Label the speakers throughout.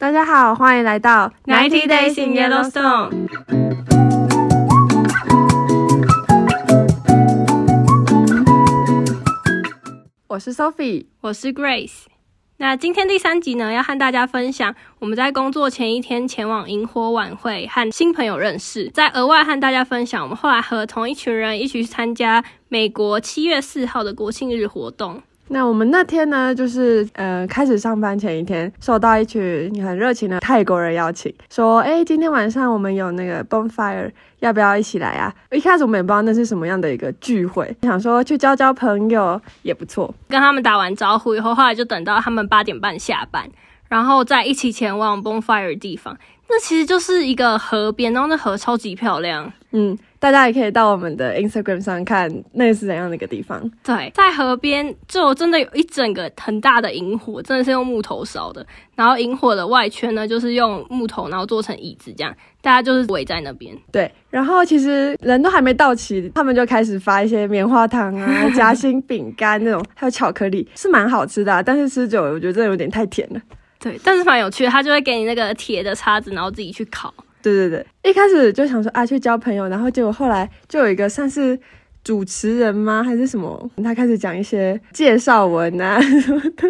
Speaker 1: 大家好，欢迎来到
Speaker 2: Ninety Days in Yellowstone。
Speaker 1: 我是 Sophie。
Speaker 2: 我是 Grace。那今天第三集呢，要和大家分享我们在工作前一天前往萤火晚会和新朋友认识，再额外和大家分享我们后来和同一群人一起去参加美国七月四号的国庆日活动。
Speaker 1: 那我们那天呢，就是呃开始上班前一天，受到一群很热情的泰国人邀请，说，哎，今天晚上我们有那个 bonfire，要不要一起来啊？一开始我们也不知道那是什么样的一个聚会，想说去交交朋友也不错。
Speaker 2: 跟他们打完招呼以后，后来就等到他们八点半下班，然后再一起前往 Bonfire 的地方。那其实就是一个河边，然后那河超级漂亮。
Speaker 1: 嗯，大家也可以到我们的 Instagram 上看那是怎样的一个地方。
Speaker 2: 对，在河边就真的有一整个很大的萤火，真的是用木头烧的。然后萤火的外圈呢，就是用木头，然后做成椅子这样，大家就是围在那边。
Speaker 1: 对，然后其实人都还没到齐，他们就开始发一些棉花糖 啊、夹心饼干那种，还有巧克力，是蛮好吃的、啊，但是吃久了我觉得真的有点太甜了。
Speaker 2: 对，但是蛮有趣的，他就会给你那个铁的叉子，然后自己去烤。
Speaker 1: 对对对，一开始就想说啊去交朋友，然后结果后来就有一个算是主持人吗还是什么，他开始讲一些介绍文啊 什么的。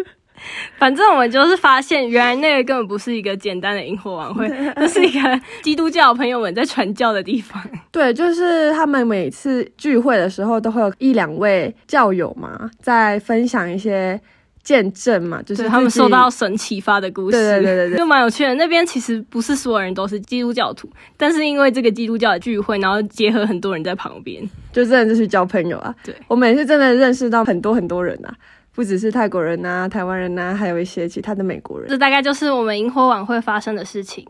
Speaker 2: 反正我们就是发现，原来那个根本不是一个简单的萤火 晚会，那是一个基督教朋友们在传教的地 方。
Speaker 1: 对，就是他们每次聚会的时候都会有一两位教友嘛，在分享一些见证嘛，就是
Speaker 2: 对他们
Speaker 1: 自己
Speaker 2: 受到神启发的故事，
Speaker 1: 对对对对对
Speaker 2: 就蛮有趣的。那边其实不是所有人都是基督教徒，但是因为这个基督教的聚会，然后结合很多人在旁边，
Speaker 1: 就真的是去交朋友啊。
Speaker 2: 对，
Speaker 1: 我每次真的认识到很多很多人啊，不只是泰国人呐、台湾人啊呐、还有一些其他的美国人。
Speaker 2: 这大概就是我们萤火晚会发生的事情。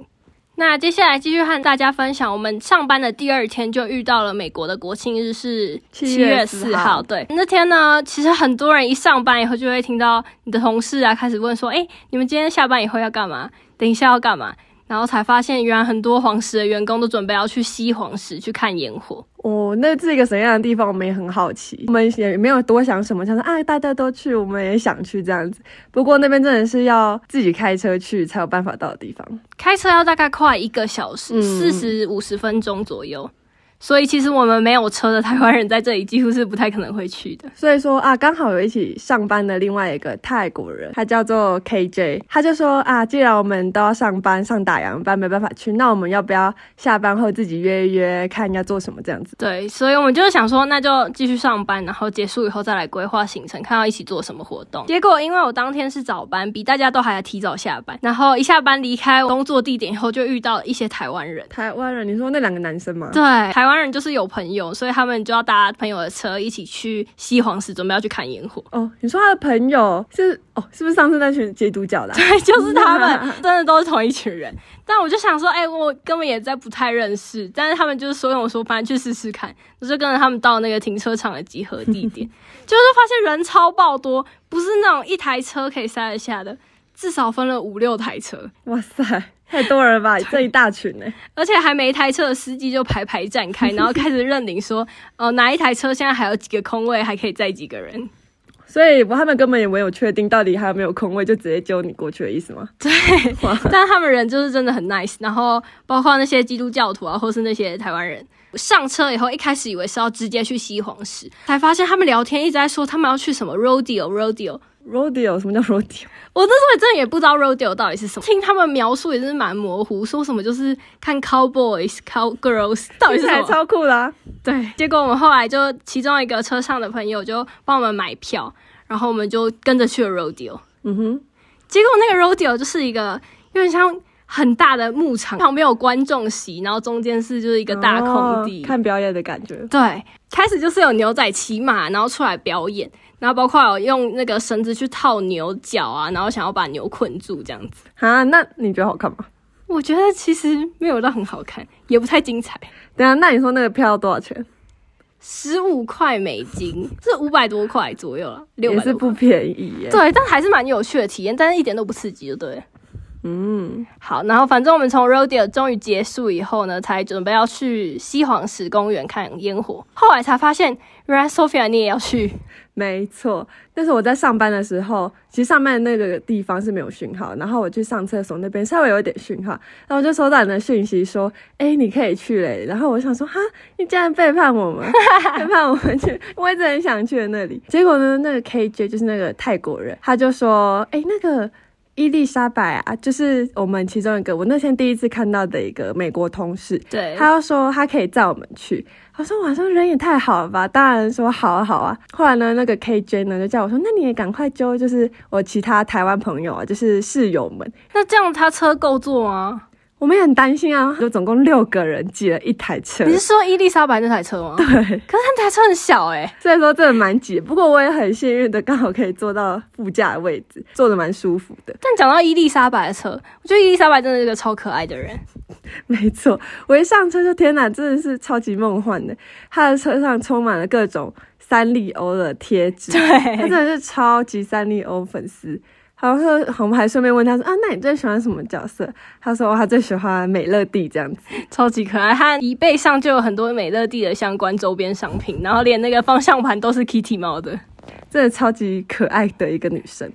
Speaker 2: 那接下来继续和大家分享，我们上班的第二天就遇到了美国的国庆日是
Speaker 1: 7
Speaker 2: 七
Speaker 1: 月
Speaker 2: 月
Speaker 1: 4
Speaker 2: 四
Speaker 1: 号
Speaker 2: 号，对，那天呢，其实很多人一上班以后就会听到你的同事啊开始问说，哎、你们今天下班以后要干嘛？等一下要干嘛？然后才发现，原来很多黄石的员工都准备要去西黄石去看烟火。
Speaker 1: 哦，那是一个什么样的地方？我们也很好奇，我们也没有多想什么，想说啊，大家都去，我们也想去这样子。不过那边真的是要自己开车去才有办法到的地方。
Speaker 2: 开车要大概快一个小时，
Speaker 1: 嗯
Speaker 2: 四十五十分钟左右。所以其实我们没有车的台湾人在这里几乎是不太可能会去的。
Speaker 1: 所以说啊，刚好有一起上班的另外一个泰国人，他叫做 KJ，他就说啊，既然我们都要上班，上打烊班没办法去，那我们要不要下班后自己约一约，看要做什么这样子？
Speaker 2: 对，所以我们就是想说，那就继续上班，然后结束以后再来规划行程，看要一起做什么活动。结果因为我当天是早班，比大家都还要提早下班，然后一下班离开工作地点以后，就遇到了一些台湾人。
Speaker 1: 台湾人，你说那两个男生吗？
Speaker 2: 对，台湾人就是有朋友，所以他们就要搭朋友的车一起去西黄石，准备要去看烟火。
Speaker 1: 哦，你说他的朋友是哦，是不是上次那群基督教的啊、
Speaker 2: 对， 就是他们，真的都是同一群人。但我就想说，哎、我根本也在不太认识，但是他们就是说跟我说，反正去试试看。我就跟着他们到那个停车场的集合地点，就是发现人超爆多，不是那种一台车可以塞得下的，至少分了五六台车，
Speaker 1: 哇塞，太多人了吧，这一大群呢、
Speaker 2: 而且还每一台车的司机就排排站开，然后开始认领说，哦，哪一台车现在还有几个空位，还可以载几个人。
Speaker 1: 所以他们根本也没有确定到底还有没有空位，就直接揪你过去的意思吗？
Speaker 2: 但他们人就是真的很 nice，然后包括那些基督教徒啊，或是那些台湾人，上车以后一开始以为是要直接去西黄石，才发现他们聊天一直在说他们要去什么 rodeo rodeo。
Speaker 1: rodeo 什么叫 rodeo？
Speaker 2: 我那时候也真的也不知道 rodeo 到底是什么，听他们描述也是蛮模糊，说什么就是看 cowboys、cowgirls 到底
Speaker 1: 听起
Speaker 2: 是什
Speaker 1: 来
Speaker 2: 么。
Speaker 1: 超酷的、啊，
Speaker 2: 对，结果我们后来就其中一个车上的朋友就帮我们买票，然后我们就跟着去了 rodeo。
Speaker 1: 嗯哼，
Speaker 2: 结果那个 rodeo 就是一个有点像很大的牧场，旁边有观众席，然后中间是就是一个大空地。
Speaker 1: 哦看表演的感觉。
Speaker 2: 对，开始就是有牛仔骑马，然后出来表演，然后包括有用那个绳子去套牛角啊，然后想要把牛困住这样子。
Speaker 1: 啊，那你觉得好看吗？
Speaker 2: 我觉得其实没有到很好看，也不太精彩。
Speaker 1: 等一下，那你说那个票多少钱？
Speaker 2: 十五块美金，是五百多块左右了，六
Speaker 1: 也
Speaker 2: 百
Speaker 1: 是
Speaker 2: 多块。
Speaker 1: 不便宜耶。
Speaker 2: 对，但还是蛮有趣的体验，但是一点都不刺激，就对了。
Speaker 1: 嗯，
Speaker 2: 好，然后反正我们从 rodeo 终于结束以后呢，才准备要去西黄石公园看烟火。后来才发现，原来 Sophia 你也要去。
Speaker 1: 没错。但是我在上班的时候，其实上班的那个地方是没有讯号，然后我去上厕所那边稍微有一点讯号，然后我就收到你的讯息说，哎、你可以去嘞。然后我想说，哈，你竟然背叛我们， 背叛我们去，我一直很想去的那里。结果呢，那个 KJ 就是那个泰国人，他就说，哎、那个。伊丽莎白啊，就是我们其中一个，我那天第一次看到的一个美国同事，
Speaker 2: 对，
Speaker 1: 他要说他可以载我们去，我说晚上人也太好了吧，当然说好啊好啊。后来呢，那个 KJ 呢就叫我说，那你也赶快揪，就是我其他台湾朋友啊，就是室友们，
Speaker 2: 那这样他车够坐吗？
Speaker 1: 我们也很担心啊，就总共六个人挤了一台 车
Speaker 2: 你，是说伊丽莎白那台车吗？对，可是那台车很小哎、
Speaker 1: 所以说真的蛮挤。不过我也很幸运的，刚好可以坐到副驾的位置，坐的蛮舒服的。
Speaker 2: 但讲到伊丽莎白的车，我觉得伊丽莎白真的是个超可爱的人。
Speaker 1: 没错，我一上车就天哪，真的是超级梦幻的。他的车上充满了各种三丽鸥的贴纸，
Speaker 2: 对
Speaker 1: 他真的是超级三丽鸥粉丝。然后说，我们还顺便问他说啊，那你最喜欢什么角色？他说、哦、他最喜欢美乐蒂这样子。
Speaker 2: 超级可爱，它椅背上就有很多美乐蒂的相关周边商品，然后连那个方向盘都是 Kitty 猫的。
Speaker 1: 真的超级可爱的一个女生。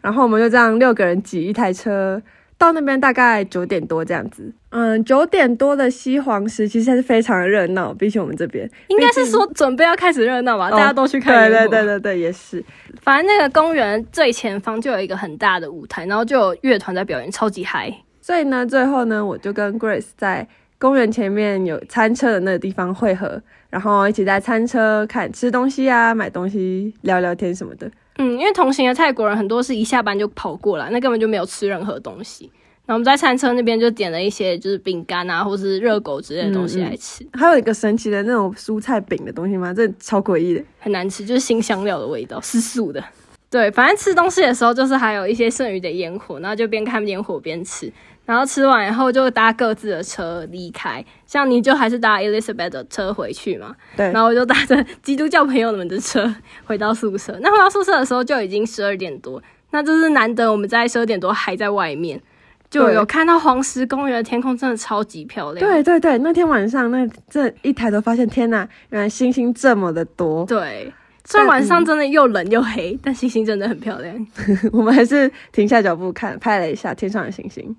Speaker 1: 然后我们就这样六个人挤一台车到那边，大概九点多这样子。嗯，九点多的西黄石其实还是非常的热闹，比起我们这边
Speaker 2: 应该是说准备要开始热闹吧，哦大家都去看
Speaker 1: 哦对
Speaker 2: 烟火
Speaker 1: 对对对对，也是。
Speaker 2: 反正那个公园最前方就有一个很大的舞台，然后就有乐团在表演，超级嗨。
Speaker 1: 所以呢，最后呢，我就跟 Grace 在公园前面有餐车的那个地方汇合，然后一起在餐车看吃东西啊、买东西、聊聊天什么的。
Speaker 2: 嗯，因为同行的泰国人很多是一下班就跑过来，那根本就没有吃任何东西。然后我们在餐车那边就点了一些就是饼干啊，或是热狗之类的东西
Speaker 1: 嗯嗯
Speaker 2: 来吃，
Speaker 1: 还有一个神奇的那种蔬菜饼的东西吗？这超诡异的。
Speaker 2: 很难吃，就是新香料的味道，是素的。对，反正吃东西的时候就是还有一些剩余的烟火，然后就边看烟火边吃，然后吃完以后就搭各自的车离开。像你就还是搭 Elizabeth 的车回去嘛，
Speaker 1: 对
Speaker 2: 然，后我就搭着基督教朋友们的车回到宿舍。那回到宿舍的时候就已经十二点多，那就是难得我们在十二点多还在外面，就
Speaker 1: 对
Speaker 2: 有看到黄石公园的天空，真的超级漂亮。
Speaker 1: 对对对，那天晚上那这一抬头发现，天呐，原来星星这么的多，
Speaker 2: 对，虽然晚上真的又冷又黑，但星星真的很漂亮。
Speaker 1: 我们还是停下脚步看，拍了一下天上的星星。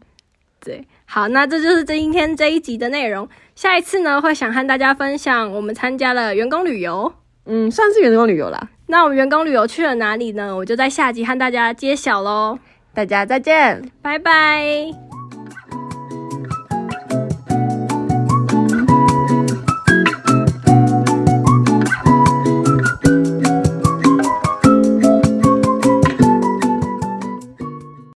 Speaker 2: 对，好，那这就是今天这一集的内容。下一次呢，会想和大家分享我们参加了员工旅游。
Speaker 1: 嗯，算是员工旅游啦，
Speaker 2: 那我们员工旅游去了哪里呢？我就在下集和大家揭晓喽。
Speaker 1: 大家再见。
Speaker 2: 拜拜。